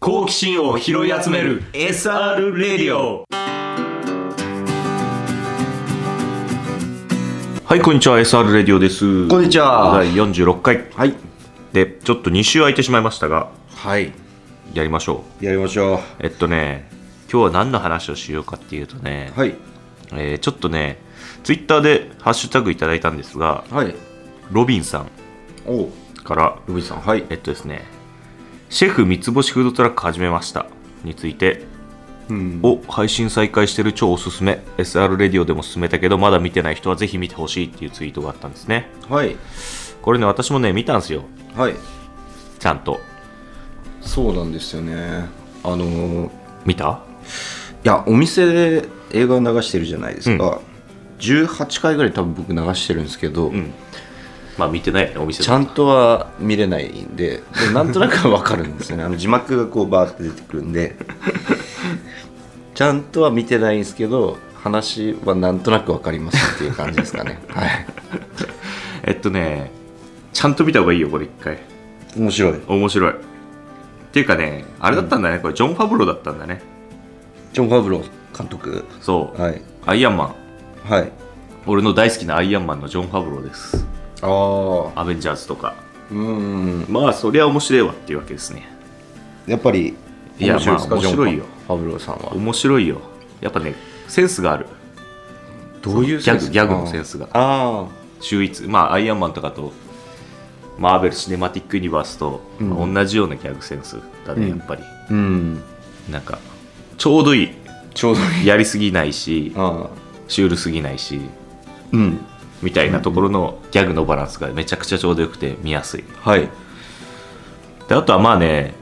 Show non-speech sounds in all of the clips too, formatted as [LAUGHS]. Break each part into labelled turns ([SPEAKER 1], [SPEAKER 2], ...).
[SPEAKER 1] 好奇心を拾い集める SR レディオはいこんにちは SR レディオです
[SPEAKER 2] こんにちは
[SPEAKER 1] 第46回
[SPEAKER 2] はい
[SPEAKER 1] でちょっと2週空いてしまいましたが
[SPEAKER 2] はい
[SPEAKER 1] やりましょ
[SPEAKER 2] やりましょ
[SPEAKER 1] うえっとね今日は何の話をしようかっていうとね、
[SPEAKER 2] うはい
[SPEAKER 1] えーちょっとねツイッターでハッシュタグいただいたんですが
[SPEAKER 2] はい
[SPEAKER 1] ロビンさん
[SPEAKER 2] おう
[SPEAKER 1] から
[SPEAKER 2] ルビーさんはい
[SPEAKER 1] えっとですね、シェフ三つ星フードトラック始めましたについて、
[SPEAKER 2] うん
[SPEAKER 1] を配信再開してる超おすすめ、SR レディオでも勧めたけど、まだ見てない人はぜひ見てほしいっていうツイートがあったんですね。
[SPEAKER 2] はい
[SPEAKER 1] これね、私もね、見たんですよ、
[SPEAKER 2] はい
[SPEAKER 1] ちゃんと。
[SPEAKER 2] そうなんですよねあのーい
[SPEAKER 1] 見た
[SPEAKER 2] やお店で映画を流してるじゃないですか、18回ぐらい多分僕流してるんですけど、
[SPEAKER 1] んまあ見てないよね、お店
[SPEAKER 2] ちゃんとは見れないんででもなんとなくは分かるん [LAUGHS] ですよねあの字幕がこうバーって出てくるんでちゃんとは見てないんですけど話はなんとなく分かりますっていう感じですか [LAUGHS] ねはい
[SPEAKER 1] えっとね、ちゃんと見た方がいいよ、これ一回。
[SPEAKER 2] 面白い
[SPEAKER 1] 面白い。っていうかね、あれだったんだね、これジョン・ファブローだったんだね。
[SPEAKER 2] ジョン・ファブロー監督
[SPEAKER 1] そう、
[SPEAKER 2] はい
[SPEAKER 1] アイアンマン。
[SPEAKER 2] はい
[SPEAKER 1] 俺の大好きなアイアンマンのジョン・ファブローです。
[SPEAKER 2] ああ
[SPEAKER 1] アベンジャーズとか。
[SPEAKER 2] うん
[SPEAKER 1] まあ、そりゃ面白いわっていうわけですね。
[SPEAKER 2] やっぱり
[SPEAKER 1] いや
[SPEAKER 2] 面白いですか
[SPEAKER 1] まあ
[SPEAKER 2] ジョン
[SPEAKER 1] 面白いよ
[SPEAKER 2] ファブローさんは
[SPEAKER 1] 面白いよやっぱねセンスがある
[SPEAKER 2] どういう
[SPEAKER 1] ギャグギャグのセンスが
[SPEAKER 2] ああ
[SPEAKER 1] 秀逸まあアイアンマンとかとマーベル・シネマティック・ユニバースと、
[SPEAKER 2] うん
[SPEAKER 1] まあ同じようなギャグセンスだね、
[SPEAKER 2] うん
[SPEAKER 1] やっぱり
[SPEAKER 2] うん
[SPEAKER 1] なんかちょうどいい
[SPEAKER 2] ちょうどいい
[SPEAKER 1] やりすぎないし
[SPEAKER 2] ああ
[SPEAKER 1] シュールすぎないし
[SPEAKER 2] うん
[SPEAKER 1] みたいなところのギャグのバランスがめちゃくちゃちょうどよくて見やすい
[SPEAKER 2] はい
[SPEAKER 1] であとはまあね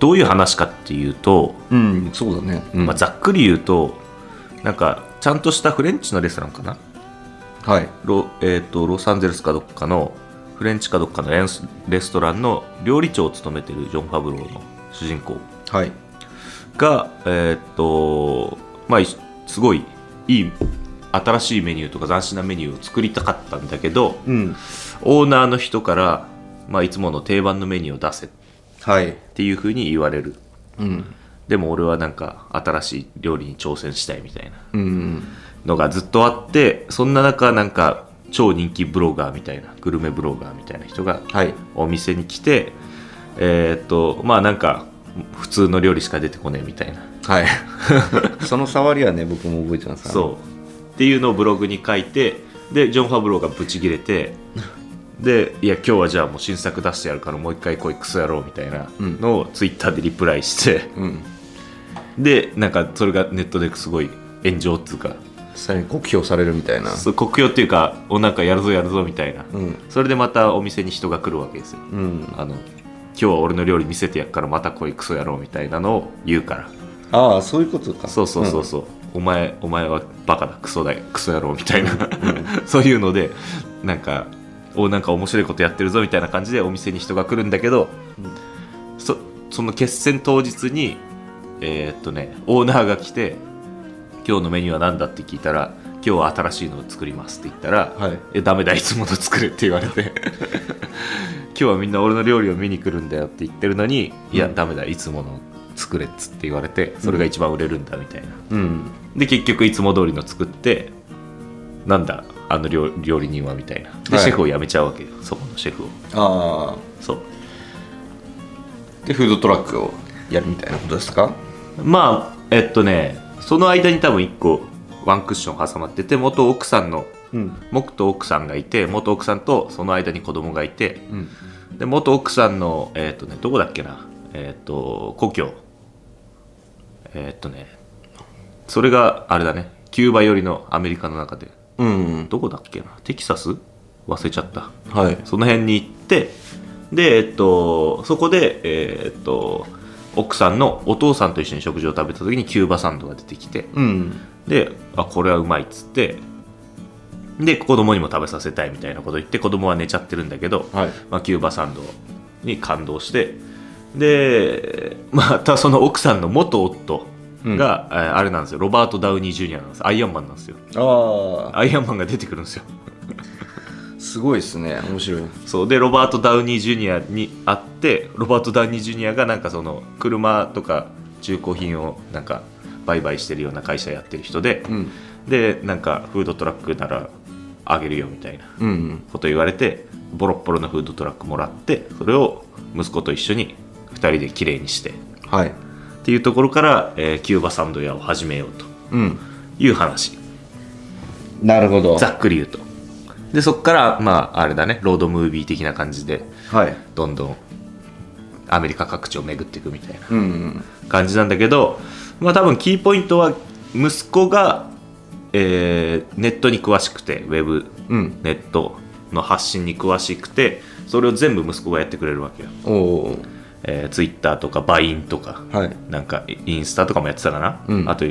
[SPEAKER 1] どういう話かっていうと、
[SPEAKER 2] うんそうだね、うん
[SPEAKER 1] まあ、ざっくり言うとなんかちゃんとしたフレンチのレストランかな
[SPEAKER 2] はい
[SPEAKER 1] ロ,、えー、とロサンゼルスかどっかのフレンチかどっかのレンスレストランの料理長を務めてるジョン・ファブローの主人公
[SPEAKER 2] はい
[SPEAKER 1] が、えーとまあ、いすごいいい新しいメニューとか斬新なメニューを作りたかったんだけど
[SPEAKER 2] うん
[SPEAKER 1] オーナーの人から、まあ、いつもの定番のメニューを出せっ
[SPEAKER 2] はい
[SPEAKER 1] ていうふうに言われる
[SPEAKER 2] うん
[SPEAKER 1] でも俺はなんか新しい料理に挑戦したいみたいな
[SPEAKER 2] うん
[SPEAKER 1] のがずっとあってそんな中なんか超人気ブロガーみたいなグルメブロガーみたいな人が
[SPEAKER 2] はい
[SPEAKER 1] お店に来てえーっとまあなんか普通の料理しか出てこねえみたいな
[SPEAKER 2] はい
[SPEAKER 1] [LAUGHS]
[SPEAKER 2] その触りはね僕も覚えてます
[SPEAKER 1] そうっていうのをブログに書いてでジョン・ファブローがブチギレて [LAUGHS] でいや今日はじゃあもう新作出してやるからもう一回来いクソ野郎みたいな
[SPEAKER 2] うん
[SPEAKER 1] のをツイッターでリプライして
[SPEAKER 2] うん
[SPEAKER 1] でなんかそれがネットですごい炎上っていうか
[SPEAKER 2] さらに酷評されるみたいな
[SPEAKER 1] そう酷評っていうかおなんかやるぞやるぞみたいな、
[SPEAKER 2] うん
[SPEAKER 1] それでまたお店に人が来るわけですよ
[SPEAKER 2] うん
[SPEAKER 1] あの今日は俺の料理見せてやっからまた来いクソ野郎みたいなのを言うから
[SPEAKER 2] ああそういうことか
[SPEAKER 1] そうそうそうそう、お前お前はバカだクソだよクソ野郎みたいな、 [LAUGHS] そういうのでなんかおなんか面白いことやってるぞみたいな感じでお店に人が来るんだけど、そその決戦当日にえーっとねオーナーが来て「今日のメニューは何だ?」って聞いたら「今日は新しいのを作ります」って言ったら「
[SPEAKER 2] はい
[SPEAKER 1] えダメだいつもの作れ」って言われ
[SPEAKER 2] [LAUGHS]
[SPEAKER 1] て「今日はみんな俺の料理を見に来るんだよ」って言ってるのに「いや
[SPEAKER 2] うん
[SPEAKER 1] ダメだいつもの作れ」っつって言われてそれが一番売れるんだみたいな。
[SPEAKER 2] うん
[SPEAKER 1] で結局いつも通りの作ってなんだあの料料理人はみたいなで、
[SPEAKER 2] はい
[SPEAKER 1] シェフを辞めちゃうわけよそこのシェフを
[SPEAKER 2] ああ
[SPEAKER 1] そう
[SPEAKER 2] でフードトラックをやるみたいなことですか
[SPEAKER 1] まあえっとねその間に多分1個ワンクッション挟まってて元奥さんの
[SPEAKER 2] うん
[SPEAKER 1] 元奥さんがいて元奥さんとその間に子供がいて
[SPEAKER 2] うん
[SPEAKER 1] で元奥さんのえっとねどこだっけなえっと故郷えっとねそれがあれだねキューバ寄りのアメリカの中で
[SPEAKER 2] うん
[SPEAKER 1] どこだっけなテキサス忘れちゃった
[SPEAKER 2] はい
[SPEAKER 1] その辺に行ってで、えっと、そこで、えっと、奥さんのお父さんと一緒に食事を食べた時にキューバサンドが出てきて
[SPEAKER 2] うん
[SPEAKER 1] であこれはうまいっつってで子供にも食べさせたいみたいなこと言って子供は寝ちゃってるんだけど、
[SPEAKER 2] はい
[SPEAKER 1] まあ、キューバサンドに感動してでまたその奥さんの元夫が、えーあれなんですよロバート・ダウニー・ジュニアなんですアイアンマンなんですよ
[SPEAKER 2] ああ
[SPEAKER 1] アイアンマンが出てくるんですよ
[SPEAKER 2] すごいですね面白い
[SPEAKER 1] そうでロバート・ダウニー・ジュニアに会ってロバート・ダウニー・ジュニアがなんかその車とか中古品をなんか売買してるような会社やってる人で、
[SPEAKER 2] うん
[SPEAKER 1] でなんかフードトラックならあげるよみたいな
[SPEAKER 2] うんうん
[SPEAKER 1] こと言われてボロッボロのフードトラックもらってそれを息子と一緒に2人で綺麗にしてっ
[SPEAKER 2] はい
[SPEAKER 1] ていうところから、えーキューバサンド屋を始めようと
[SPEAKER 2] うん
[SPEAKER 1] いう話
[SPEAKER 2] なるほど
[SPEAKER 1] ざっくり言うとでそこからまああれだねロードムービー的な感じで
[SPEAKER 2] はい
[SPEAKER 1] どんどんアメリカ各地を巡っていくみたいな
[SPEAKER 2] うんうん
[SPEAKER 1] 感じなんだけど、まあ、多分キーポイントは息子が、えーネットに詳しくてウェブ
[SPEAKER 2] うん
[SPEAKER 1] ネットの発信に詳しくてそれを全部息子がやってくれるわけよ、
[SPEAKER 2] おおー
[SPEAKER 1] えー、Twitter とかバインとか、
[SPEAKER 2] はい
[SPEAKER 1] なんかインスタとかもやってたかな、
[SPEAKER 2] うん
[SPEAKER 1] あと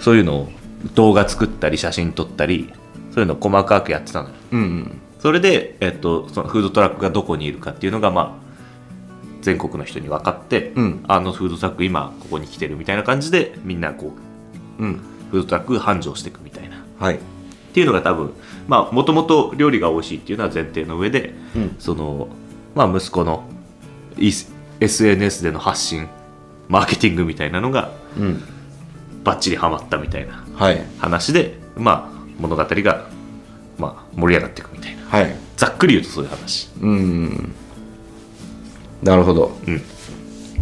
[SPEAKER 1] そういうのを動画作ったり写真撮ったりそういうのを細かくやってたのよ
[SPEAKER 2] うんうん
[SPEAKER 1] それで、えっと、そのフードトラックがどこにいるかっていうのが、まあ、全国の人に分かって、
[SPEAKER 2] うん
[SPEAKER 1] あのフードトラック今ここに来てるみたいな感じでみんなこ
[SPEAKER 2] うん
[SPEAKER 1] うフードトラック繁盛していくみたいなっ
[SPEAKER 2] はい
[SPEAKER 1] ていうのが多分まあもともと料理が美味しいっていうのは前提の上で、
[SPEAKER 2] うん
[SPEAKER 1] そのまあ息子のい SNS での発信マーケティングみたいなのが
[SPEAKER 2] うん
[SPEAKER 1] バッチリハマったみたいな
[SPEAKER 2] はい
[SPEAKER 1] 話でまあ物語が、まあ、盛り上がっていくみたいな
[SPEAKER 2] はい
[SPEAKER 1] ざっくり言うとそういう話
[SPEAKER 2] うんなるほど
[SPEAKER 1] うん。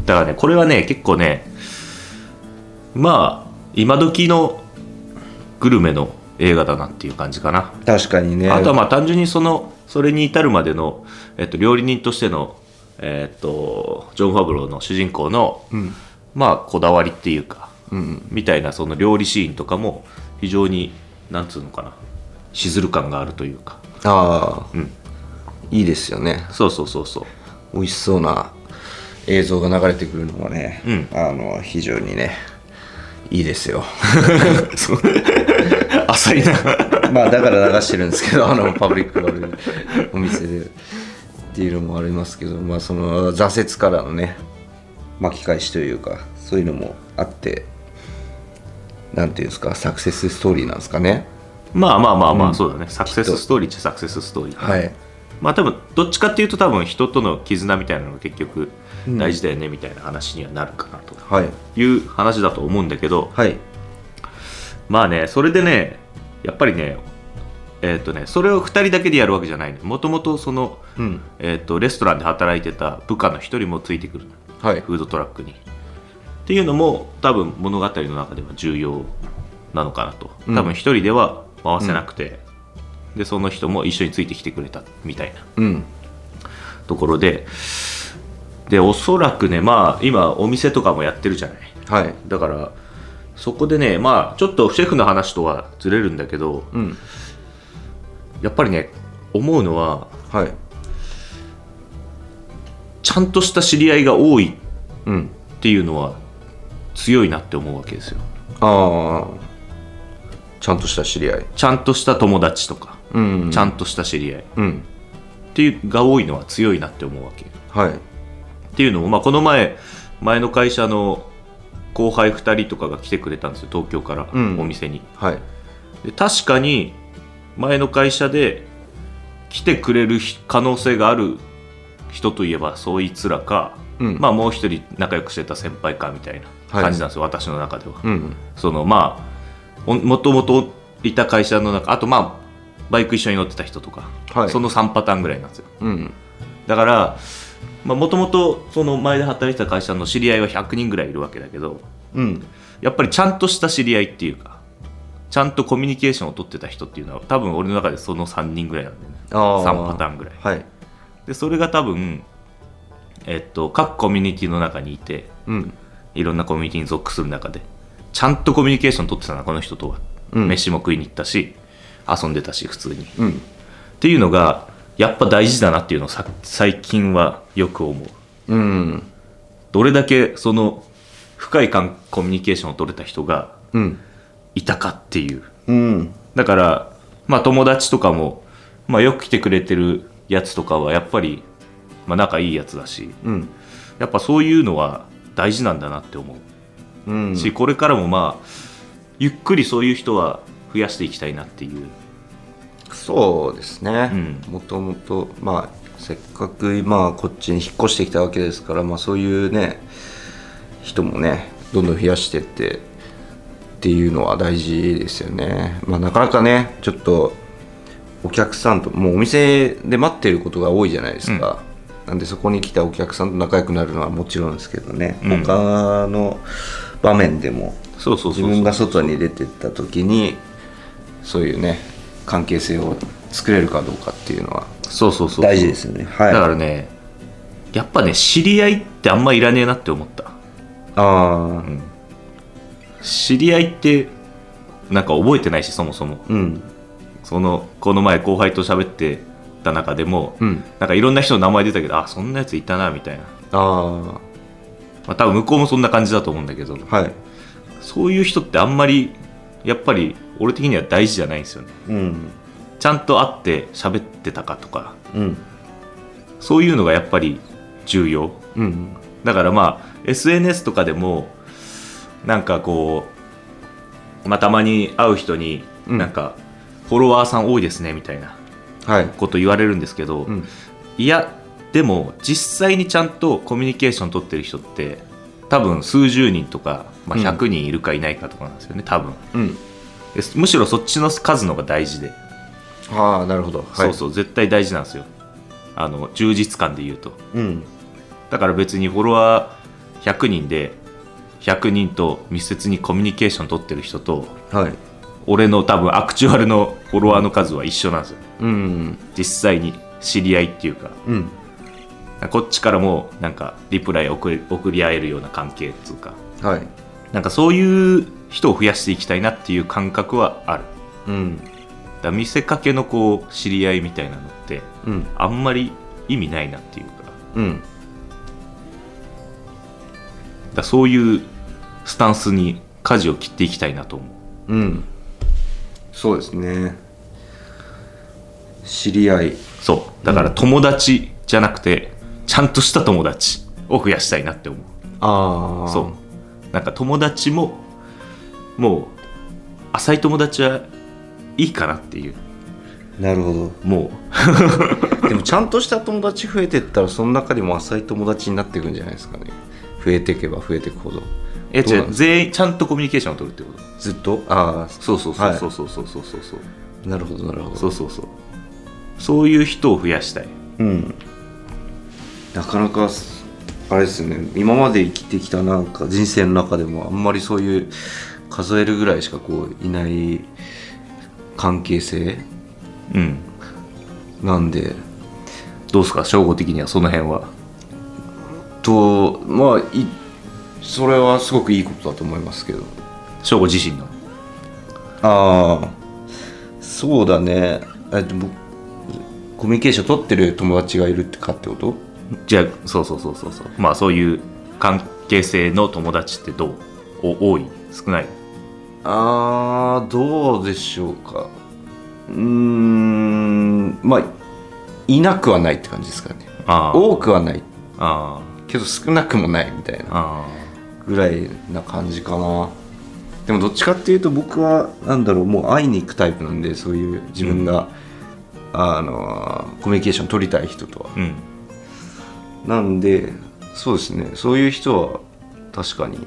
[SPEAKER 1] だからね、これはね、結構ね、まあ、今時のグルメの映画だなっていう感じかな。
[SPEAKER 2] 確かにね
[SPEAKER 1] あとはまあ単純にその、それに至るまでの、えっと、料理人としての、えっと、ジョン・ファブローの主人公の、
[SPEAKER 2] うん
[SPEAKER 1] まあ、こだわりっていうか、
[SPEAKER 2] うん
[SPEAKER 1] みたいなその料理シーンとかも、非常に、なんつうのかな、しずる感があるというか。
[SPEAKER 2] ああ
[SPEAKER 1] うん。
[SPEAKER 2] いいですよね
[SPEAKER 1] そうそうそうそう。
[SPEAKER 2] 美味しそうな映像が流れてくるのがね、
[SPEAKER 1] うん
[SPEAKER 2] あの非常にねいいです [LAUGHS] よ
[SPEAKER 1] 浅いな。
[SPEAKER 2] [LAUGHS] まあだから流してるんですけどあのパブリックのお店でっていうのもありますけどまあその挫折からのね巻き返しというかそういうのもあってなんていうんですかサクセスストーリーなんですかね
[SPEAKER 1] まあまあまあまあ、
[SPEAKER 2] うん
[SPEAKER 1] そうだね。サクセスストーリーっちゃサクセスストーリー。
[SPEAKER 2] はい
[SPEAKER 1] まあ多分、どっちかっていうと多分人との絆みたいなのが結局大事だよねみたいな話にはなるかなと
[SPEAKER 2] はい
[SPEAKER 1] いう話だと思うんだけど、
[SPEAKER 2] はい
[SPEAKER 1] まあね、それでね、やっぱりね、えっ、とね、それを2人だけでやるわけじゃないね。もともとその、
[SPEAKER 2] うん
[SPEAKER 1] えっとレストランで働いてた部下の一人もついてくる、
[SPEAKER 2] はい
[SPEAKER 1] フードトラックに。っていうのも多分物語の中では重要なのかなと
[SPEAKER 2] うん
[SPEAKER 1] 多分一人では回せなくて、でその人も一緒についてきてくれたみたいな
[SPEAKER 2] うん
[SPEAKER 1] ところででおそらくねまあ今お店とかもやってるじゃない
[SPEAKER 2] はい
[SPEAKER 1] だからそこでねまあちょっとシェフの話とはずれるんだけど
[SPEAKER 2] うん
[SPEAKER 1] やっぱりね思うのは
[SPEAKER 2] はい
[SPEAKER 1] ちゃんとした知り合いが多い
[SPEAKER 2] うん
[SPEAKER 1] っていうのは強いなって思うわけですよ
[SPEAKER 2] ああちゃんとした知り合い
[SPEAKER 1] ちゃんとした友達とか、
[SPEAKER 2] うん
[SPEAKER 1] ちゃんとした知り合いっ
[SPEAKER 2] うん
[SPEAKER 1] ていうが多いのは強いなって思うわけ
[SPEAKER 2] はい
[SPEAKER 1] っていうのも、まあ、この前前の会社の後輩2人とかが来てくれたんですよ東京から
[SPEAKER 2] うん
[SPEAKER 1] お店に、
[SPEAKER 2] はい
[SPEAKER 1] で確かに前の会社で来てくれるひ可能性がある人といえばそいつらか、
[SPEAKER 2] うん
[SPEAKER 1] まあもう一人仲良くしてた先輩かみたいな
[SPEAKER 2] はい
[SPEAKER 1] 感じなんですよ、私の中では、
[SPEAKER 2] うん
[SPEAKER 1] そのまあおもともといた会社の中あとまあバイク一緒に乗ってた人とか、
[SPEAKER 2] はい
[SPEAKER 1] その3パターンぐらいなんですよ
[SPEAKER 2] うん
[SPEAKER 1] だからもともとその前で働いてた会社の知り合いは100人ぐらいいるわけだけど
[SPEAKER 2] うん
[SPEAKER 1] やっぱりちゃんとした知り合いっていうかちゃんとコミュニケーションを取ってた人っていうのは多分俺の中でその3人ぐらいなんだよね
[SPEAKER 2] ああ
[SPEAKER 1] 3パターンぐらい
[SPEAKER 2] はい
[SPEAKER 1] でそれが多分えっと各コミュニティの中にいて
[SPEAKER 2] うん
[SPEAKER 1] いろんなコミュニティに属する中でちゃんとコミュニケーション取ってたなこの人とは、
[SPEAKER 2] うん
[SPEAKER 1] 飯も食いに行ったし遊んでたし普通にっ
[SPEAKER 2] うん
[SPEAKER 1] ていうのがやっぱ大事だなっていうのをさ最近はよく思う
[SPEAKER 2] うん
[SPEAKER 1] どれだけその深い関コミュニケーションを取れた人が
[SPEAKER 2] うん
[SPEAKER 1] いたかっていう
[SPEAKER 2] うん
[SPEAKER 1] だからまあ友達とかも、まあ、よく来てくれてるやつとかはやっぱり、まあ、仲いいやつだし
[SPEAKER 2] うん
[SPEAKER 1] やっぱそういうのは大事なんだなって思
[SPEAKER 2] うん
[SPEAKER 1] うし、これからもまあゆっくりそういう人は増やしていきたいなっていう
[SPEAKER 2] そうですね
[SPEAKER 1] う
[SPEAKER 2] もともとまあせっかく今こっちに引っ越してきたわけですから、まあ、そういうね人もねどんどん増やしてってっていうのは大事ですよね、まあ、なかなかねちょっとお客さんともうお店で待ってることが多いじゃないですか、なんでそこに来たお客さんと仲良くなるのはもちろんですけどね、
[SPEAKER 1] うん
[SPEAKER 2] 他の場面でも
[SPEAKER 1] そうそうそう
[SPEAKER 2] 自
[SPEAKER 1] そう
[SPEAKER 2] 分が外に出てった時にそういうね関係性を作れるかどうかっていうのは
[SPEAKER 1] そうそうそう
[SPEAKER 2] 大事ですよねはい
[SPEAKER 1] だからねやっぱね知り合いってあんまいらねえなって思った
[SPEAKER 2] ああ
[SPEAKER 1] 知り合いってなんか覚えてないしそもそも
[SPEAKER 2] うん
[SPEAKER 1] そのこの前後輩と喋ってた中でも、
[SPEAKER 2] うん
[SPEAKER 1] なんかいろんな人の名前出たけどあそんなやついたなみたいな、
[SPEAKER 2] あ
[SPEAKER 1] まあ、多分向こうもそんな感じだと思うんだけど
[SPEAKER 2] あはい
[SPEAKER 1] そういう人ってあんまりやっぱり俺的には大事じゃないんですよね
[SPEAKER 2] うん
[SPEAKER 1] ちゃんと会って喋ってたかとか
[SPEAKER 2] うん
[SPEAKER 1] そういうのがやっぱり重要
[SPEAKER 2] うん
[SPEAKER 1] だからまあ SNS とかでもなんかこう、まあ、たまに会う人に
[SPEAKER 2] うん
[SPEAKER 1] なんか、フォロワーさん多いですねみたいな
[SPEAKER 2] はい
[SPEAKER 1] こと言われるんですけど、
[SPEAKER 2] うん
[SPEAKER 1] いやでも実際にちゃんとコミュニケーション取ってる人って多分数十人とか、まあ、
[SPEAKER 2] うん
[SPEAKER 1] 100人いるかいないかとかなんですよね、多分
[SPEAKER 2] うん
[SPEAKER 1] でむしろそっちの数の方が大事で、
[SPEAKER 2] ああなるほどはい
[SPEAKER 1] そうそう絶対大事なんですよあの充実感で言うと
[SPEAKER 2] うん
[SPEAKER 1] だから別にフォロワー100人で100人と密接にコミュニケーション取ってる人と
[SPEAKER 2] はい
[SPEAKER 1] 俺の多分アクチュアルのフォロワーの数は一緒なんですよ
[SPEAKER 2] うん
[SPEAKER 1] 実際に知り合いっていうか
[SPEAKER 2] うん
[SPEAKER 1] こっちからもなんかリプライ送り送り合えるような関係っていうか
[SPEAKER 2] はい
[SPEAKER 1] なんかそういう人を増やしていきたいなっていう感覚はある
[SPEAKER 2] うん
[SPEAKER 1] だから見せかけのこう知り合いみたいなのって
[SPEAKER 2] うん
[SPEAKER 1] あんまり意味ないなっていうか
[SPEAKER 2] うん
[SPEAKER 1] だからそういうスタンスに舵を切っていきたいなと思う
[SPEAKER 2] うんそうですね知り合い
[SPEAKER 1] そうだから友達じゃなくてちゃんとした友達を増やしたいなって思う
[SPEAKER 2] ああ
[SPEAKER 1] そうなんか友達ももう浅い友達はいいかなっていう
[SPEAKER 2] なるほど
[SPEAKER 1] も
[SPEAKER 2] でもちゃんとした友達増えてったらその中でも浅い友達になっていくんじゃないですかね増えていけば増えていくほど
[SPEAKER 1] うえ
[SPEAKER 2] どう
[SPEAKER 1] 違
[SPEAKER 2] な
[SPEAKER 1] うん全員ちゃんとコミュニケーションを取るってこと
[SPEAKER 2] ずっとああ
[SPEAKER 1] そうそうそうそう
[SPEAKER 2] は
[SPEAKER 1] そうそうそうそうそう
[SPEAKER 2] いなるほどなるほど
[SPEAKER 1] そうそうそうそういう人を増やしたい
[SPEAKER 2] うんなかなかあれですね今まで生きてきたなんか人生の中でもあんまりそういう数えるぐらいしかこういない関係性
[SPEAKER 1] うん
[SPEAKER 2] なんで
[SPEAKER 1] どうですか省吾的にはその辺は
[SPEAKER 2] とまあいそれはすごくいいことだと思いますけど
[SPEAKER 1] 省吾自身の
[SPEAKER 2] ああそうだねえでもコミュニケーション取ってる友達がいるってかってこと
[SPEAKER 1] じゃあそうそうそうそうそうまあそういう関係性の友達ってどうお多い少ない
[SPEAKER 2] ああどうでしょうかうーんまあいなくはないって感じですかね
[SPEAKER 1] あー
[SPEAKER 2] 多くはない
[SPEAKER 1] あ
[SPEAKER 2] けど少なくもないみたい
[SPEAKER 1] ー
[SPEAKER 2] な
[SPEAKER 1] あ
[SPEAKER 2] ぐらいな感じかなでもどっちかっていうと僕はなんだろうもう会いに行くタイプなんでそういう自分が、あのーコミュニケーション取りたい人とは
[SPEAKER 1] ーうん
[SPEAKER 2] なんでそうですねそういう人は確かに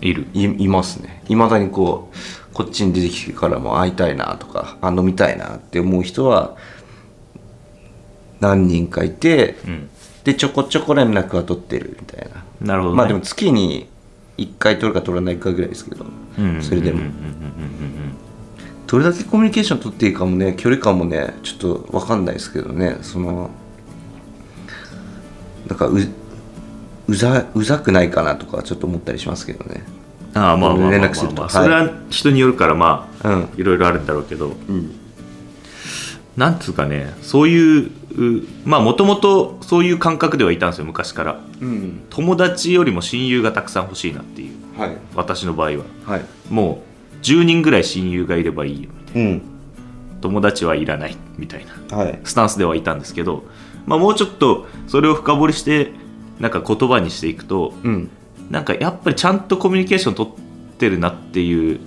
[SPEAKER 1] いる
[SPEAKER 2] いいますねいまだにこうこっちに出てきてからも会いたいなとかあ飲みたいなって思う人は何人かいて
[SPEAKER 1] うん
[SPEAKER 2] でちょこちょこ連絡は取ってるみたいな、
[SPEAKER 1] なるほど、ね、
[SPEAKER 2] まあでも月に1回取るか取らないかぐらいですけどそれでも
[SPEAKER 1] うんうんうんうんうん
[SPEAKER 2] どれだけコミュニケーション取っていいかもね距離感もねちょっと分かんないですけどねそのなんかううざうざくないかなとかちょっと思ったりしますけどね
[SPEAKER 1] うんああまあまあまあまあまあ
[SPEAKER 2] 連絡するとはい
[SPEAKER 1] それは人によるからまあ
[SPEAKER 2] うん
[SPEAKER 1] いろいろあるんだろうけど
[SPEAKER 2] うん
[SPEAKER 1] なんつうかねそういううまあもともとそういう感覚ではいたんですよ昔から
[SPEAKER 2] うん
[SPEAKER 1] 友達よりも親友がたくさん欲しいなっていう
[SPEAKER 2] はい
[SPEAKER 1] 私の場合は
[SPEAKER 2] はい
[SPEAKER 1] もう10人ぐらい親友がいればいいよ
[SPEAKER 2] うん
[SPEAKER 1] 友達はいらないみたいな
[SPEAKER 2] はい
[SPEAKER 1] スタンスではいたんですけど、まあ、もうちょっとそれを深掘りしてなんか言葉にしていくと
[SPEAKER 2] うん
[SPEAKER 1] なんかやっぱりちゃんとコミュニケーション取ってるなっていう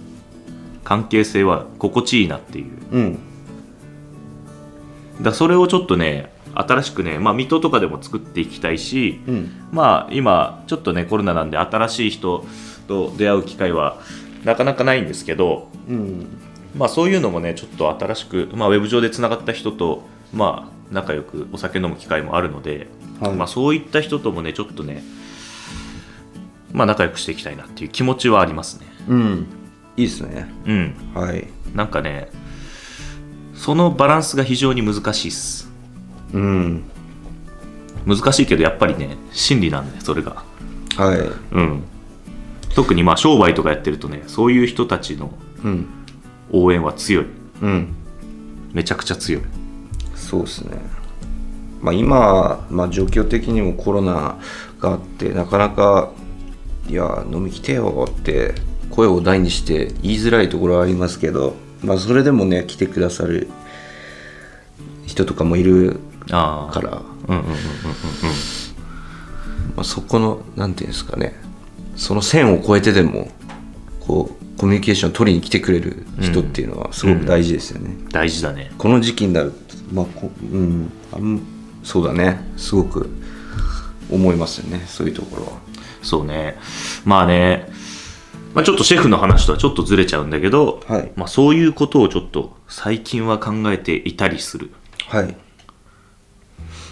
[SPEAKER 1] 関係性は心地いいなっていう
[SPEAKER 2] うん
[SPEAKER 1] だそれをちょっとね新しくね、まあ、水戸とかでも作っていきたいし、
[SPEAKER 2] うん
[SPEAKER 1] まあ今ちょっとねコロナなんで新しい人と出会う機会はなかなかないんですけど、
[SPEAKER 2] うん
[SPEAKER 1] まあ、そういうのもねちょっと新しく、まあ、ウェブ上でつながった人と、まあ、仲良くお酒飲む機会もあるので、
[SPEAKER 2] はい
[SPEAKER 1] まあ、そういった人ともねちょっとね、まあ、仲良くしていきたいなっていう気持ちはありますね。
[SPEAKER 2] うんいいですね
[SPEAKER 1] うん
[SPEAKER 2] はい
[SPEAKER 1] なんかねそのバランスが非常に難しいっす
[SPEAKER 2] うん
[SPEAKER 1] 難しいけどやっぱりね真理なんでそれが
[SPEAKER 2] は
[SPEAKER 1] うん特にまあ商売とかやってるとねそういう人たちの
[SPEAKER 2] いうん
[SPEAKER 1] 応援は強い
[SPEAKER 2] うん
[SPEAKER 1] めちゃくちゃ強い
[SPEAKER 2] そうですね、まあ、今、まあ、状況的にもコロナがあってなかなか「いや飲み来てよ」って声を大にして言いづらいところはありますけど、まあ、それでもね来てくださる人とかもいる
[SPEAKER 1] ああ
[SPEAKER 2] から、ま
[SPEAKER 1] うんうんうんうんうん
[SPEAKER 2] あ、そこの何ていうんですかねその線を越えてでもこうコミュニケーションを取りに来てくれる人っていうのはすごく大事ですよね。
[SPEAKER 1] 大事だね
[SPEAKER 2] この時期になるとまあこうんあんそうだねすごく思いますよねそういうところは
[SPEAKER 1] そうねまあね、まあ、ちょっとシェフの話とはちょっとずれちゃうんだけど、
[SPEAKER 2] はい
[SPEAKER 1] まあ、そういうことをちょっと最近は考えていたりする
[SPEAKER 2] はい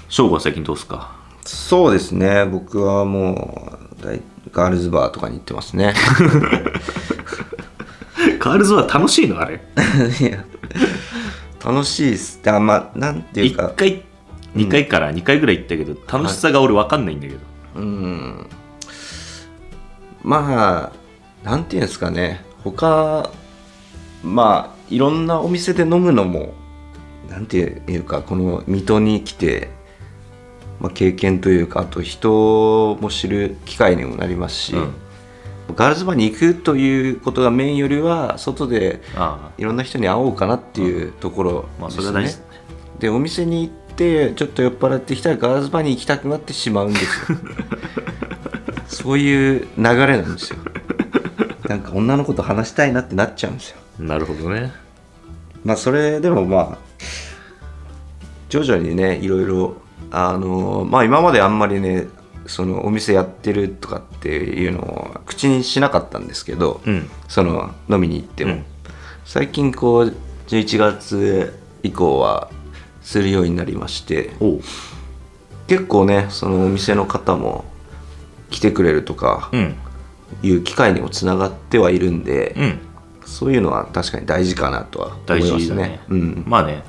[SPEAKER 1] 省吾は最近どうっすか
[SPEAKER 2] そうですね僕はもうだいガールズバーとかに行ってますね
[SPEAKER 1] ガールズは楽しいのあれ
[SPEAKER 2] いや [LAUGHS] 楽しいっすあまあなんていう
[SPEAKER 1] 1
[SPEAKER 2] か
[SPEAKER 1] 回2回から2回ぐらい行ったけど、楽しさが俺分かんないんだけど、
[SPEAKER 2] うんまあなんていうんですかね他まあいろんなお店で飲むのもなんていうかこの水戸に来て、まあ、経験というかあと人も知る機会にもなりますし、
[SPEAKER 1] うん
[SPEAKER 2] ガールズバーに行くということがメインよりは外で
[SPEAKER 1] あ
[SPEAKER 2] いろんな人に会おうかなっていうところ
[SPEAKER 1] あまあ
[SPEAKER 2] です
[SPEAKER 1] そ
[SPEAKER 2] ね
[SPEAKER 1] れは大事だね
[SPEAKER 2] でお店に行ってちょっと酔っ払ってきたらガールズバーに行きたくなってしまうんですよ
[SPEAKER 1] [LAUGHS]
[SPEAKER 2] そういう流れなんですよなんか女の子と話したいなってなっちゃうんですよ
[SPEAKER 1] なるほどね
[SPEAKER 2] まあそれでもまあ徐々にねいろいろあのまあ今まであんまりねそのお店やってるとかっていうのを口にしなかったんですけど、
[SPEAKER 1] うん
[SPEAKER 2] その飲みに行っても、
[SPEAKER 1] うん
[SPEAKER 2] 最近こう11月以降はするようになりまして
[SPEAKER 1] おう
[SPEAKER 2] 結構ねそのお店の方も来てくれるとか
[SPEAKER 1] うん
[SPEAKER 2] いう機会にもつながってはいるんで、
[SPEAKER 1] うん
[SPEAKER 2] そういうのは確かに大事かなとは思
[SPEAKER 1] 大
[SPEAKER 2] います
[SPEAKER 1] 事
[SPEAKER 2] ね
[SPEAKER 1] だね
[SPEAKER 2] うん、
[SPEAKER 1] まあね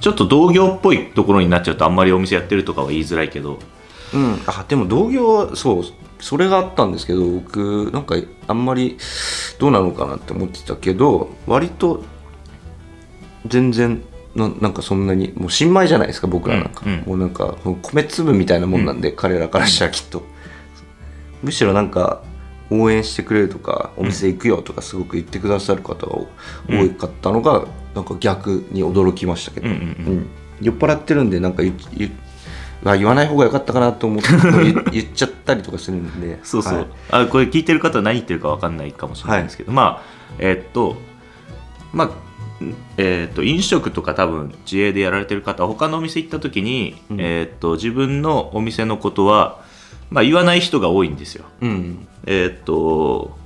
[SPEAKER 1] ちょっと同業っぽいところになっちゃうとあんまりお店やってるとかは言いづらいけど
[SPEAKER 2] うん、あでも同業はそうそれがあったんですけど僕なんかあんまりどうなのかなって思ってたけど割と全然ななんかそんなにもう新米じゃないですか僕らなんか、
[SPEAKER 1] うんうん
[SPEAKER 2] もうなんかもう米粒みたいなもんなんで、彼らからしたらきっとむしろなんか応援してくれるとかお店行くよとかすごく言ってくださる方が多かったのが、なんか逆に驚きましたけど、
[SPEAKER 1] うんうん
[SPEAKER 2] うん酔っ払ってるんでなんか言言あ言わない方が良かったかなと
[SPEAKER 1] [LAUGHS]
[SPEAKER 2] 思って言言っちゃったりとかするんで
[SPEAKER 1] そうそう、
[SPEAKER 2] はい
[SPEAKER 1] あこれ聞いてる方は何言ってるか分かんないかもしれないんですけど、まあえーっとまあんえーっと飲食とか多分自営でやられてる方他のお店行った時に、
[SPEAKER 2] うん
[SPEAKER 1] えーっと自分のお店のことは、まあ、言わない人が多いんですよ
[SPEAKER 2] うん
[SPEAKER 1] えーっと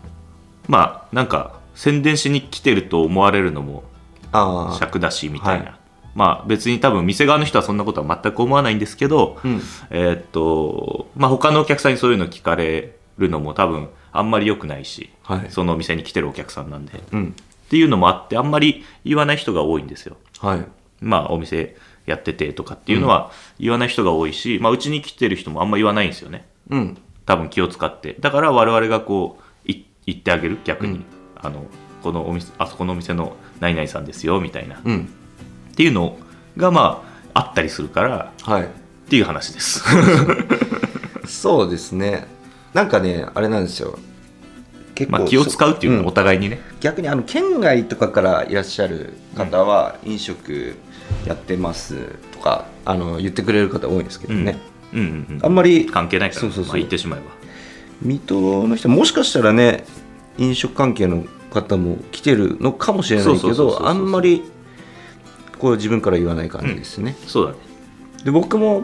[SPEAKER 1] まあなんか宣伝しに来てると思われるのも
[SPEAKER 2] ああ
[SPEAKER 1] 尺だしみたいな、
[SPEAKER 2] はい
[SPEAKER 1] まあ別に多分店側の人はそんなことは全く思わないんですけど、
[SPEAKER 2] うん
[SPEAKER 1] えーっとまあ他のお客さんにそういうの聞かれるのも多分あんまり良くないし、
[SPEAKER 2] はい
[SPEAKER 1] そのお店に来てるお客さんなんでっ
[SPEAKER 2] うん
[SPEAKER 1] ていうのもあってあんまり言わない人が多いんですよ
[SPEAKER 2] はい
[SPEAKER 1] まあお店やっててとかっていうのは言わない人が多いし、まあうちに来てる人もあんま言わないんですよね
[SPEAKER 2] うん
[SPEAKER 1] 多分気を使ってだから我々がこうい言ってあげる逆に、
[SPEAKER 2] うん
[SPEAKER 1] あのこのお店あそこのお店の何々さんですよみたいな、
[SPEAKER 2] うん
[SPEAKER 1] っていうのがまああったりするから
[SPEAKER 2] はい
[SPEAKER 1] っていう話
[SPEAKER 2] [LAUGHS]
[SPEAKER 1] です。
[SPEAKER 2] そうですねなんかねあれなんですよ結
[SPEAKER 1] まあ気を使うっていうのはお互いにね。
[SPEAKER 2] 逆にあの県外とかからいらっしゃる方は飲食やってますとか、あの言ってくれる方多いんですけどね、
[SPEAKER 1] うんうんうん、
[SPEAKER 2] あんまり
[SPEAKER 1] 関係ないから
[SPEAKER 2] そうそうそう
[SPEAKER 1] まあ、言ってしまえば
[SPEAKER 2] 水戸の人もしかしたらね飲食関係の方も来てるのかもしれないけ
[SPEAKER 1] そうそうそうそう
[SPEAKER 2] ど
[SPEAKER 1] そう
[SPEAKER 2] あんまりこう自分から言わない感じですね、
[SPEAKER 1] そうだね
[SPEAKER 2] で僕も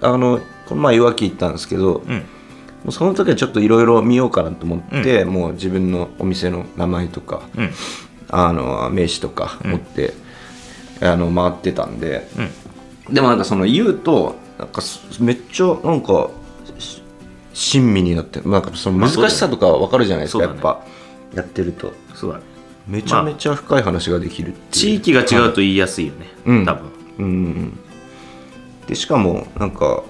[SPEAKER 2] あのこの前いわき行ったんですけど、も
[SPEAKER 1] うん
[SPEAKER 2] うその時はちょっといろいろ見ようかなと思って、もう自分のお店の名前とか
[SPEAKER 1] うん
[SPEAKER 2] あの名刺とか持って、あの回ってたんで、
[SPEAKER 1] うん
[SPEAKER 2] でもなんかその言うとなんかすめっちゃなんかし親身になってなんかその
[SPEAKER 1] まあそうだね
[SPEAKER 2] 難しさとかわかるじゃないです
[SPEAKER 1] そ
[SPEAKER 2] か、
[SPEAKER 1] うだ
[SPEAKER 2] やっ
[SPEAKER 1] ね
[SPEAKER 2] ぱやってると
[SPEAKER 1] そうだね
[SPEAKER 2] めちゃめちゃ深い話ができるっていう、
[SPEAKER 1] 地域が違うと言いやすいよね、
[SPEAKER 2] うん
[SPEAKER 1] 多分
[SPEAKER 2] うんうんうんでしかもなんか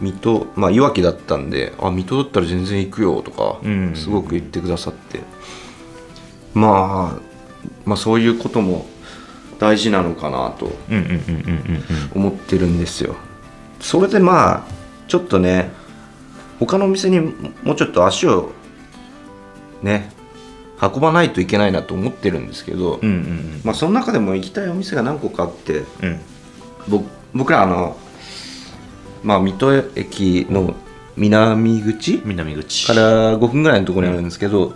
[SPEAKER 2] 水戸まあいわきだったんであ水戸だったら全然行くよとか、
[SPEAKER 1] うん
[SPEAKER 2] すごく言ってくださって、まあ、まあそういうことも大事なのかなと
[SPEAKER 1] うんうんうんうんうんうん
[SPEAKER 2] 思ってるんですよそれでまあちょっとね他のお店にもうちょっと足をね運ばないといけないなと思ってるんですけど、
[SPEAKER 1] うんうん
[SPEAKER 2] まあその中でも行きたいお店が何個かあって
[SPEAKER 1] うんうん
[SPEAKER 2] 僕僕らあの、まあ、水戸駅の南口
[SPEAKER 1] 南口
[SPEAKER 2] から5分ぐらいのところにあるんですけど、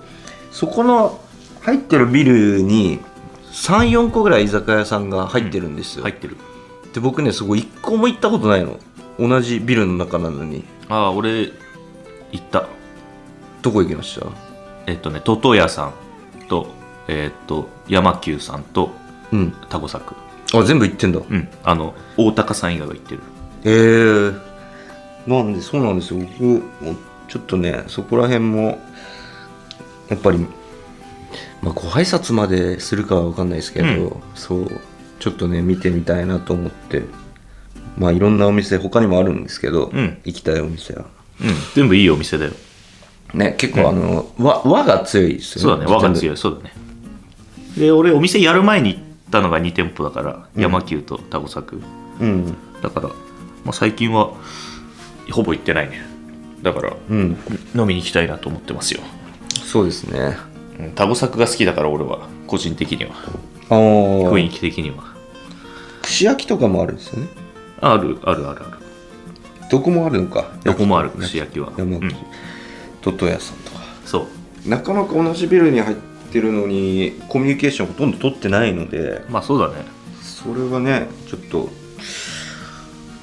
[SPEAKER 2] そこの入ってるビルに34個ぐらい居酒屋さんが入ってるんですよ、
[SPEAKER 1] 入ってる
[SPEAKER 2] で僕ねそこ1個も行ったことないの同じビルの中なのに
[SPEAKER 1] ああ俺行った
[SPEAKER 2] どこ行きました
[SPEAKER 1] えっとね TOTO 屋さんとえっと山久さんと
[SPEAKER 2] うん
[SPEAKER 1] タコ作
[SPEAKER 2] あ全部行ってんだ
[SPEAKER 1] うんあの大高さん以外は行ってる
[SPEAKER 2] えー、なんでそうなんですよ僕もちょっとねそこら辺もやっぱりまあご挨拶までするかは分かんないですけど、
[SPEAKER 1] うん
[SPEAKER 2] そうちょっとね見てみたいなと思ってまあいろんなお店他にもあるんですけど、
[SPEAKER 1] うん
[SPEAKER 2] 行きたいお店は
[SPEAKER 1] うん全部いいお店だよ
[SPEAKER 2] ね結構あの、和和が強いです
[SPEAKER 1] そ
[SPEAKER 2] よ
[SPEAKER 1] うだね和が強
[SPEAKER 2] い
[SPEAKER 1] いそうだねで俺お店やる前に行ったのが2店舗だから、山久とタコ作
[SPEAKER 2] うん
[SPEAKER 1] だから、まあ、最近はほぼ行ってないねだから
[SPEAKER 2] うん
[SPEAKER 1] 飲みに行きたいなと思ってますよ、
[SPEAKER 2] そうですね
[SPEAKER 1] うん、タコ作が好きだから俺は個人的には
[SPEAKER 2] ああ
[SPEAKER 1] 雰囲気的には
[SPEAKER 2] 串焼きとかもあるんですよね
[SPEAKER 1] あるあるあるある
[SPEAKER 2] どこもあるのか
[SPEAKER 1] どこもある串焼きは
[SPEAKER 2] 山
[SPEAKER 1] う
[SPEAKER 2] 口、
[SPEAKER 1] ん
[SPEAKER 2] トトヤさんとか
[SPEAKER 1] そう
[SPEAKER 2] なかなか同じビルに入ってるのにコミュニケーションほとんど取ってないので
[SPEAKER 1] まあそうだね
[SPEAKER 2] それはねちょっと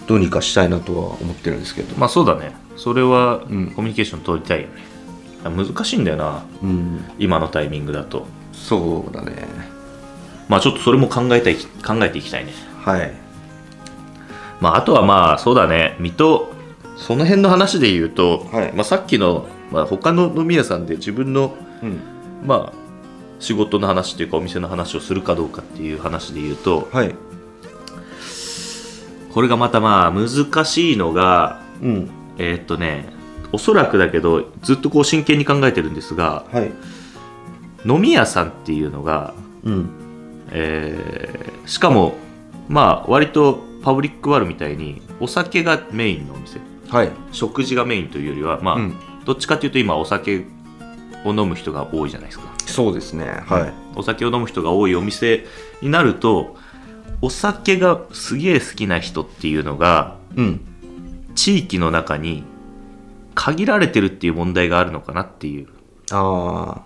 [SPEAKER 2] どうにかしたいなとは思ってるんですけど、
[SPEAKER 1] まあそうだねそれはコ
[SPEAKER 2] ん
[SPEAKER 1] ミュニケーション取りたいよね難しいんだよな
[SPEAKER 2] うん
[SPEAKER 1] 今のタイミングだと
[SPEAKER 2] そうだね
[SPEAKER 1] まあちょっとそれも考えたい考えていきたいね
[SPEAKER 2] はい
[SPEAKER 1] まああとはまあそうだね水戸その辺の話で言うと、
[SPEAKER 2] はい
[SPEAKER 1] まあ、さっきの、まあ、他の飲み屋さんで自分の
[SPEAKER 2] うん
[SPEAKER 1] まあ仕事の話っていうかお店の話をするかどうかっていう話で言うと
[SPEAKER 2] はい
[SPEAKER 1] これがまたまあ難しいのが
[SPEAKER 2] うん
[SPEAKER 1] えーっとねおそらくだけどずっとこう真剣に考えてるんですが
[SPEAKER 2] はい
[SPEAKER 1] 飲み屋さんっていうのが、
[SPEAKER 2] うん
[SPEAKER 1] えーしかもまあ割とパブリックバルみたいにお酒がメインのお店
[SPEAKER 2] はい
[SPEAKER 1] 食事がメインというよりはまあ、
[SPEAKER 2] うん
[SPEAKER 1] どっちかというと今お酒を飲む人が多いじゃないですか
[SPEAKER 2] そうですねはい、
[SPEAKER 1] お酒を飲む人が多いお店になるとお酒がすげえ好きな人っていうのが
[SPEAKER 2] うん
[SPEAKER 1] 地域の中に限られてるっていう問題があるのかなっていう
[SPEAKER 2] ああ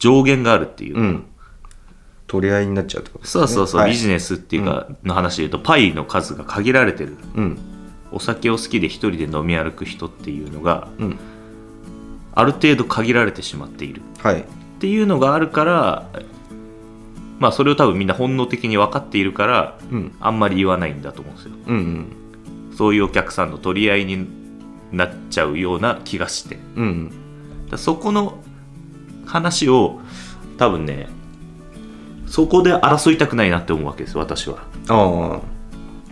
[SPEAKER 1] 上限があるっていう、
[SPEAKER 2] うん取り合いになっちゃうってことです
[SPEAKER 1] そう
[SPEAKER 2] ね
[SPEAKER 1] そうそう、
[SPEAKER 2] はい
[SPEAKER 1] ビジネスっていうかの話で言うと、パイの数が限られてる
[SPEAKER 2] うん
[SPEAKER 1] お酒を好きで一人で飲み歩く人っていうのが
[SPEAKER 2] うん
[SPEAKER 1] ある程度限られてしまっている
[SPEAKER 2] はい
[SPEAKER 1] っていうのがあるからまあそれを多分みんな本能的に分かっているから
[SPEAKER 2] うん
[SPEAKER 1] あんまり言わないんだと思うんですよ
[SPEAKER 2] うん
[SPEAKER 1] そういうお客さんの取り合いになっちゃうような気がしてだか
[SPEAKER 2] うんうん
[SPEAKER 1] らそこの話を多分ねそこで争いたくないなって思うわけです私は、
[SPEAKER 2] ああ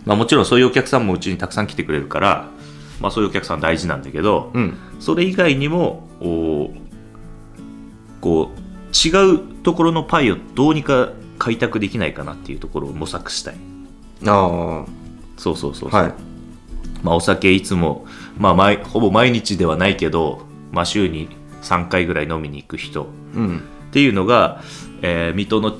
[SPEAKER 1] まあ、もちろんそういうお客さんもうちにたくさん来てくれるから、まあ、そういうお客さん大事なんだけど、
[SPEAKER 2] うん
[SPEAKER 1] それ以外にもおーこう違うところのパイをどうにか開拓できないかなっていうところを模索したい
[SPEAKER 2] あ
[SPEAKER 1] そうそうそうそう、
[SPEAKER 2] あはい
[SPEAKER 1] まあ、お酒いつも、まあ、毎ほぼ毎日ではないけど、まあ、週に3回ぐらい飲みに行く人
[SPEAKER 2] うん
[SPEAKER 1] っていうのが、えー水戸の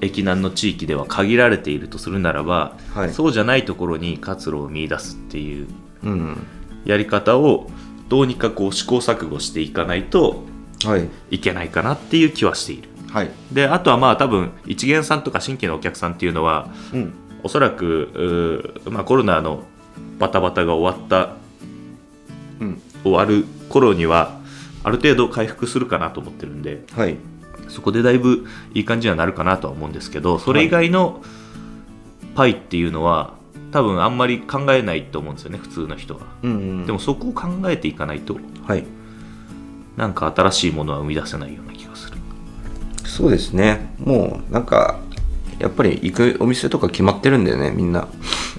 [SPEAKER 1] 駅南の地域では限られているとするならば、
[SPEAKER 2] はい
[SPEAKER 1] そうじゃないところに活路を見出すっていう
[SPEAKER 2] うん
[SPEAKER 1] やり方をどうにかこう試行錯誤していかないと
[SPEAKER 2] はい
[SPEAKER 1] いけないかなっていう気はしている
[SPEAKER 2] はい
[SPEAKER 1] であとはまあ多分一元さんとか新規のお客さんっていうのは
[SPEAKER 2] うん
[SPEAKER 1] おそらく、うーまあ、コロナのバタバタが終わった
[SPEAKER 2] うん
[SPEAKER 1] 終わる頃にはある程度回復するかなと思ってるんで
[SPEAKER 2] はい
[SPEAKER 1] そこでだいぶいい感じにはなるかなとは思うんですけどそれ以外のパイっていうのは多分あんまり考えないと思うんですよね普通の人は。
[SPEAKER 2] うん、うん、
[SPEAKER 1] でもそこを考えていかないと
[SPEAKER 2] はい
[SPEAKER 1] なんか新しいものは生み出せないような気がする。
[SPEAKER 2] そうですねもうなんかやっぱり行くお店とか決まってるんだよねみんな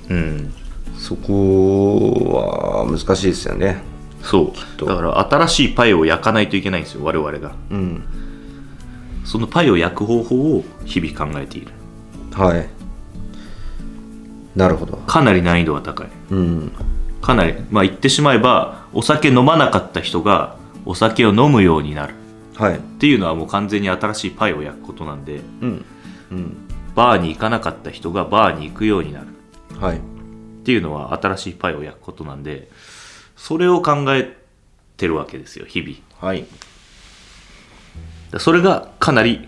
[SPEAKER 1] うん、
[SPEAKER 2] そこは難しいですよね
[SPEAKER 1] そう
[SPEAKER 2] と
[SPEAKER 1] だから新しいパイを焼かないといけないんですよ我々が
[SPEAKER 2] うん
[SPEAKER 1] そのパイを焼く方法を日々考えている
[SPEAKER 2] はいなるほど
[SPEAKER 1] かなり難易度が高い
[SPEAKER 2] うん
[SPEAKER 1] かなりまあ言ってしまえばお酒飲まなかった人がお酒を飲むようになる
[SPEAKER 2] はい
[SPEAKER 1] っていうのはもう完全に新しいパイを焼くことなんで
[SPEAKER 2] うんうん
[SPEAKER 1] バーに行かなかった人がバーに行くようになる
[SPEAKER 2] はい
[SPEAKER 1] っていうのは新しいパイを焼くことなんでそれを考えてるわけですよ日々
[SPEAKER 2] はい
[SPEAKER 1] だそれがかなり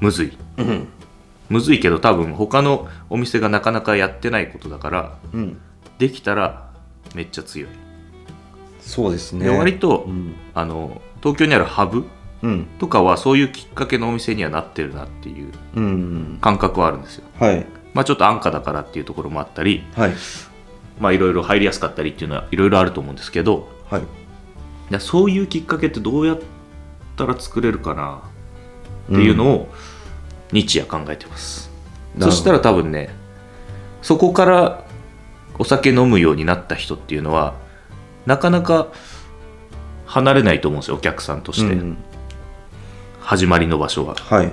[SPEAKER 1] むずい
[SPEAKER 2] うん
[SPEAKER 1] むずいけど多分他のお店がなかなかやってないことだから
[SPEAKER 2] うん
[SPEAKER 1] できたらめっちゃ強い、
[SPEAKER 2] そうですね
[SPEAKER 1] で割と、
[SPEAKER 2] うん
[SPEAKER 1] あの東京にあるハブ
[SPEAKER 2] うん
[SPEAKER 1] とかはそういうきっかけのお店にはなってるなっていう
[SPEAKER 2] うん
[SPEAKER 1] 感覚はあるんですよ
[SPEAKER 2] はい
[SPEAKER 1] まあちょっと安価だからっていうところもあったり
[SPEAKER 2] はい
[SPEAKER 1] まあいろいろ入りやすかったりっていうのはいろいろあると思うんですけど
[SPEAKER 2] はい
[SPEAKER 1] いやそういうきっかけってどうやったら作れるかなっていうのを日夜考えてます、
[SPEAKER 2] なるほど
[SPEAKER 1] そしたら多分ねそこからお酒飲むようになった人っていうのはなかなか離れないと思うんですよお客さんとして、
[SPEAKER 2] うん
[SPEAKER 1] 始まりの場所はっ
[SPEAKER 2] はい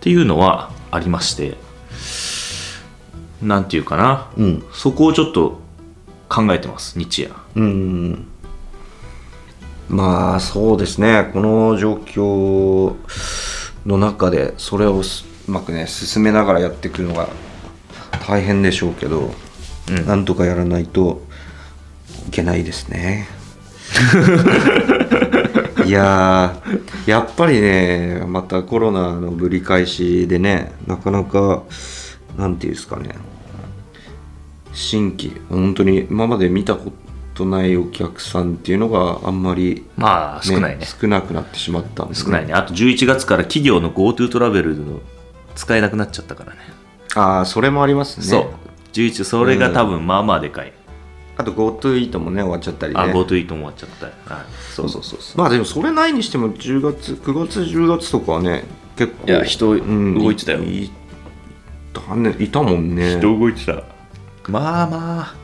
[SPEAKER 1] ていうのはありましてなんていうかな
[SPEAKER 2] うん
[SPEAKER 1] そこをちょっと考えてます日夜
[SPEAKER 2] うんまあそうですねこの状況の中でそれをすうまくね進めながらやっていくのが大変でしょうけど、
[SPEAKER 1] うん
[SPEAKER 2] なんとかやらないといけないで
[SPEAKER 1] [LAUGHS]
[SPEAKER 2] すねいやーやっぱりねまたコロナのぶり返しでねなかなかなんていうんですかね新規本当に今まで見たことないお客さんっていうのがあんまり、
[SPEAKER 1] まあ少ないね
[SPEAKER 2] 少なくなってしまったんです
[SPEAKER 1] 少ないねあと11月から企業の GoTo トラベルの使えなくなっちゃったからね
[SPEAKER 2] ああそれもありますね
[SPEAKER 1] そう11それが多分まあまあでかい、
[SPEAKER 2] あと GoTo イートもね終わっちゃったりね
[SPEAKER 1] あ GoTo イートも終わっちゃった、はい、そうそうそうそう
[SPEAKER 2] まあでもそれないにしても10月9月10月とかはね結構
[SPEAKER 1] いや人動いてたよ
[SPEAKER 2] いいたねいたもんね
[SPEAKER 1] 動いてたまあまあ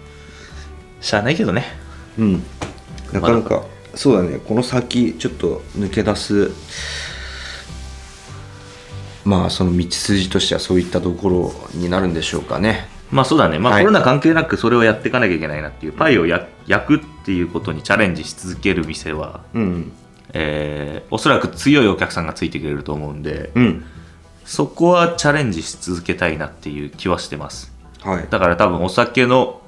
[SPEAKER 1] しゃあないけどね
[SPEAKER 2] うんなかな
[SPEAKER 1] ま
[SPEAKER 2] かそうだねこの先ちょっと抜け出すまあその道筋としてはそういったところになるんでしょうかね
[SPEAKER 1] まあそうだね、まあ、
[SPEAKER 2] はい
[SPEAKER 1] コロナ関係なくそれをやっていかなきゃいけないなっていう、パイをや焼くっていうことにチャレンジし続ける店は、
[SPEAKER 2] うん
[SPEAKER 1] えーおそらく強いお客さんがついてくれると思うんで、
[SPEAKER 2] うん
[SPEAKER 1] そこはチャレンジし続けたいなっていう気はしてます
[SPEAKER 2] はい
[SPEAKER 1] だから多分お酒の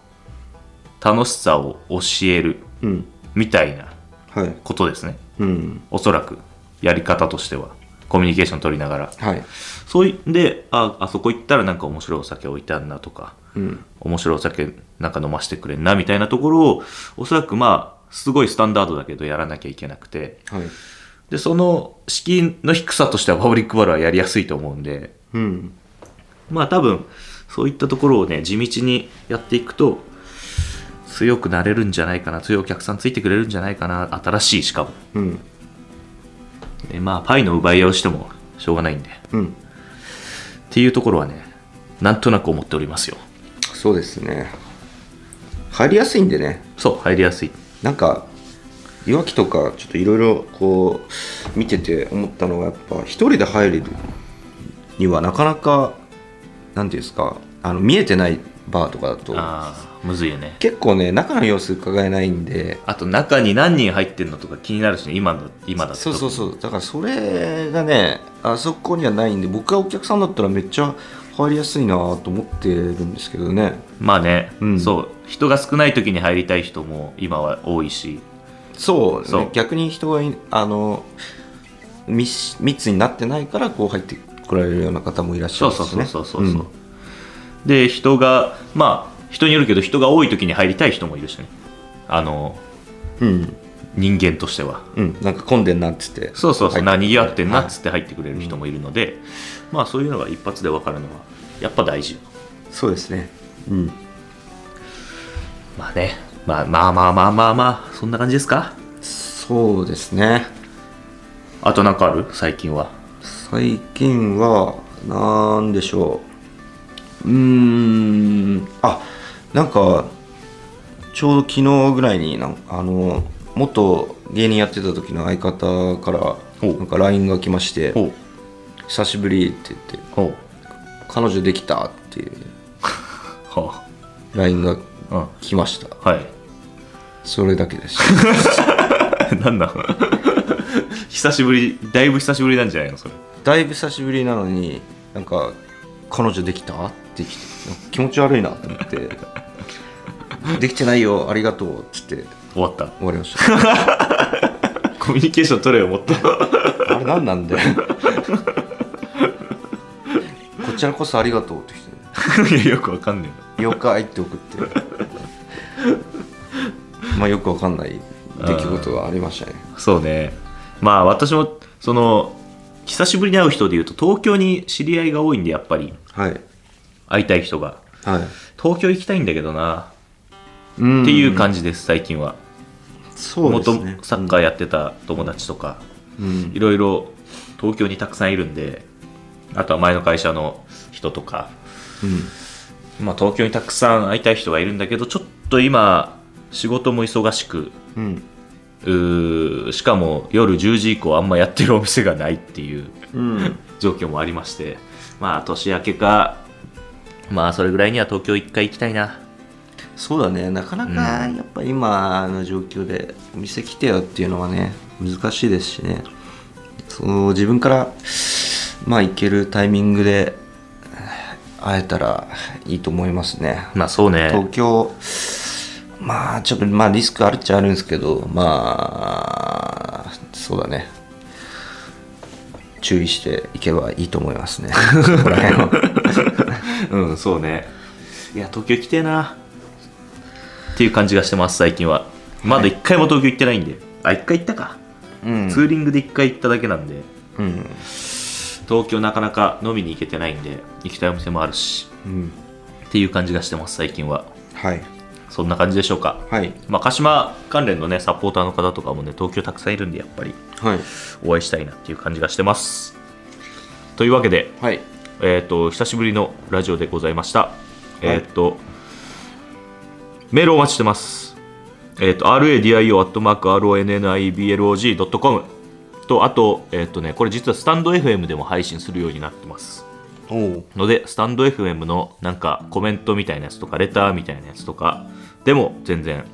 [SPEAKER 1] 楽しさを教える
[SPEAKER 2] うん
[SPEAKER 1] みたいな
[SPEAKER 2] はい
[SPEAKER 1] ことですね
[SPEAKER 2] うん
[SPEAKER 1] おそらくやり方としてはコミュニケーション取りながら
[SPEAKER 2] はい
[SPEAKER 1] そういでああそこ行ったらなんか面白いお酒置いてあんなとか
[SPEAKER 2] うん
[SPEAKER 1] 面白いお酒なんか飲ませてくれんなみたいなところをおそらくまあすごいスタンダードだけどやらなきゃいけなくて
[SPEAKER 2] はい
[SPEAKER 1] でその敷居の低さとしてはパブリックバルはやりやすいと思うんで
[SPEAKER 2] うん
[SPEAKER 1] まあ多分そういったところをね地道にやっていくと強くなれるんじゃないかな強いお客さんついてくれるんじゃないかな新しいしかも
[SPEAKER 2] うん
[SPEAKER 1] でまあパイの奪い合いをしてもしょうがないんでっ
[SPEAKER 2] うん
[SPEAKER 1] ていうところはねなんとなく思っておりますよ
[SPEAKER 2] そうですね入りやすいんでね
[SPEAKER 1] そう入りやすい
[SPEAKER 2] なんかいわきとかちょっといろいろこう見てて思ったのがやっぱ一人で入れるにはなかなかなんていうんですかあの見えてないバーとかだと
[SPEAKER 1] ああむずいよね
[SPEAKER 2] 結構ね中の様子伺えないんで
[SPEAKER 1] あと中に何人入ってんのとか気になるしね今の今だと
[SPEAKER 2] そうそうそうだからそれがねあそこにはないんで僕がお客さんだったらめっちゃ入りやすいなと思ってるんですけどね
[SPEAKER 1] まあね、
[SPEAKER 2] うん
[SPEAKER 1] そう人が少ない時に入りたい人も今は多いし
[SPEAKER 2] そう,、ね、
[SPEAKER 1] そう
[SPEAKER 2] 逆に人がいあの密密になってないからこう入ってこられるような方もいらっしゃ
[SPEAKER 1] そ
[SPEAKER 2] る
[SPEAKER 1] う
[SPEAKER 2] し、ね、
[SPEAKER 1] そうそうそうそう、
[SPEAKER 2] ん
[SPEAKER 1] で人がまあ人によるけど人が多い時に入りたい人もいるしねあの
[SPEAKER 2] うん
[SPEAKER 1] 人間としては
[SPEAKER 2] うん、なんか混んでんなっつって
[SPEAKER 1] そうそうそう、
[SPEAKER 2] 入
[SPEAKER 1] 何やってんなっつ
[SPEAKER 2] は
[SPEAKER 1] って入ってくれる人もいるので、まあそういうのが一発で分かるのはやっぱ大事
[SPEAKER 2] いそうですねうん
[SPEAKER 1] まあね、まあ、まあまあまあまあまあそんな感じですか
[SPEAKER 2] そうですね
[SPEAKER 1] あとなんかある最近は
[SPEAKER 2] 最近はなんでしょううーんあなんかちょうど昨日ぐらいになんあの元芸人やってた時の相方から
[SPEAKER 1] お
[SPEAKER 2] なんか LINE が来まして
[SPEAKER 1] ほう
[SPEAKER 2] 「久しぶり」って言って
[SPEAKER 1] ほう
[SPEAKER 2] 「彼女できた」っていう
[SPEAKER 1] は
[SPEAKER 2] LINE が
[SPEAKER 1] あうん
[SPEAKER 2] 来ました
[SPEAKER 1] はい [LAUGHS]
[SPEAKER 2] それだけです
[SPEAKER 1] なんだ [LAUGHS] 久しぶりだいぶ久しぶりなんじゃないのそれ
[SPEAKER 2] だいぶ久しぶりなのになんか「彼女できた?」って来て気持ち悪いなと思って「できてないよありがとう」っつって
[SPEAKER 1] 終わった
[SPEAKER 2] 終わり
[SPEAKER 1] [LAUGHS]
[SPEAKER 2] ました。
[SPEAKER 1] コミュニケーション取れよもっと
[SPEAKER 2] あれ何なんだよ。こちらこそありがとうって来て
[SPEAKER 1] いやよくわかんね
[SPEAKER 2] る、了解って送って。まあよくわかんない出来事がありましたね。
[SPEAKER 1] えなそうねまあ私もその久しぶりに会う人でいうと東京に知り合いが多いんでやっぱり
[SPEAKER 2] はい。
[SPEAKER 1] 会いたい人が
[SPEAKER 2] はい。
[SPEAKER 1] 東京行きたいんだけどな
[SPEAKER 2] っ
[SPEAKER 1] っていう感じです最近は
[SPEAKER 2] じ。そうです
[SPEAKER 1] 元
[SPEAKER 2] ね。
[SPEAKER 1] サッカーやってた友達とか
[SPEAKER 2] うん
[SPEAKER 1] いろいろ東京にたくさんいるんであとは前の会社の人とかまあ、東京にたくさん会いたい人がいるんだけどちょっと今仕事も忙しく
[SPEAKER 2] うん。うん。
[SPEAKER 1] うーしかも夜10時以降あんまやってるお店がないっていう
[SPEAKER 2] うん。
[SPEAKER 1] 状況もありましてまあ年明けかまあそれぐらいには東京一回行きたいな
[SPEAKER 2] そうだね。なかなか
[SPEAKER 1] うん
[SPEAKER 2] やっぱ今の状況でお店来てよっていうのはね、難しいですしね。そう自分から、まあ行けるタイミングで会えたらいいと思いますね。
[SPEAKER 1] まあそうね
[SPEAKER 2] 東京、まあちょっとまあリスクあるっちゃあるんですけど、まあ、そうだね。注意していけばいいと思いますね。 [LAUGHS] そこら辺は
[SPEAKER 1] うんそうねいや東京行きてえなっていう感じがしてます最近はまだ一回も東京行ってないんで、あ一回行ったか、
[SPEAKER 2] [LAUGHS] うん
[SPEAKER 1] ツーリングで一回行っただけなんで
[SPEAKER 2] うん。
[SPEAKER 1] 東京なかなか飲みに行けてないんで行きたいお店もあるし
[SPEAKER 2] うん。
[SPEAKER 1] っていう感じがしてます最近は
[SPEAKER 2] はい。
[SPEAKER 1] そんな感じでしょうか
[SPEAKER 2] はい。
[SPEAKER 1] まあ鹿島関連のねサポーターの方とかもね東京たくさんいるんでやっぱり
[SPEAKER 2] はい。
[SPEAKER 1] お会いしたいなっていう感じがしてますというわけで
[SPEAKER 2] はい。
[SPEAKER 1] えっ、と久しぶりのラジオでございました、
[SPEAKER 2] い
[SPEAKER 1] えっ、とメールお待ちしてますえっ、と radio.ronnibblog.com とあとえっ、とねこれ実はスタンド FM でも配信するようになってます
[SPEAKER 2] おお。
[SPEAKER 1] のでスタンド FM のなんかコメントみたいなやつとかレターみたいなやつとかでも全然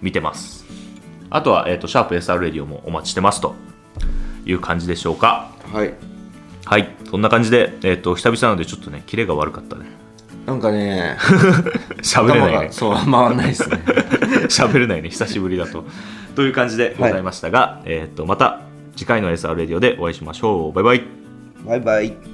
[SPEAKER 1] 見てますあとは、えー、とシャープ s r レディオもお待ちしてますという感じでしょうか
[SPEAKER 2] はい。
[SPEAKER 1] はいそんな感じで、えー、と久々なのでちょっとねキレが悪かったね [LAUGHS]
[SPEAKER 2] なんかね、
[SPEAKER 1] 喋れ
[SPEAKER 2] 頭
[SPEAKER 1] ないね
[SPEAKER 2] がそう回んないですね。
[SPEAKER 1] [LAUGHS] 喋れないね久しぶりだとという感じでございましたが、えー、とまた次回の SR レディオでお会いしましょうバイバイ
[SPEAKER 2] バイバイ。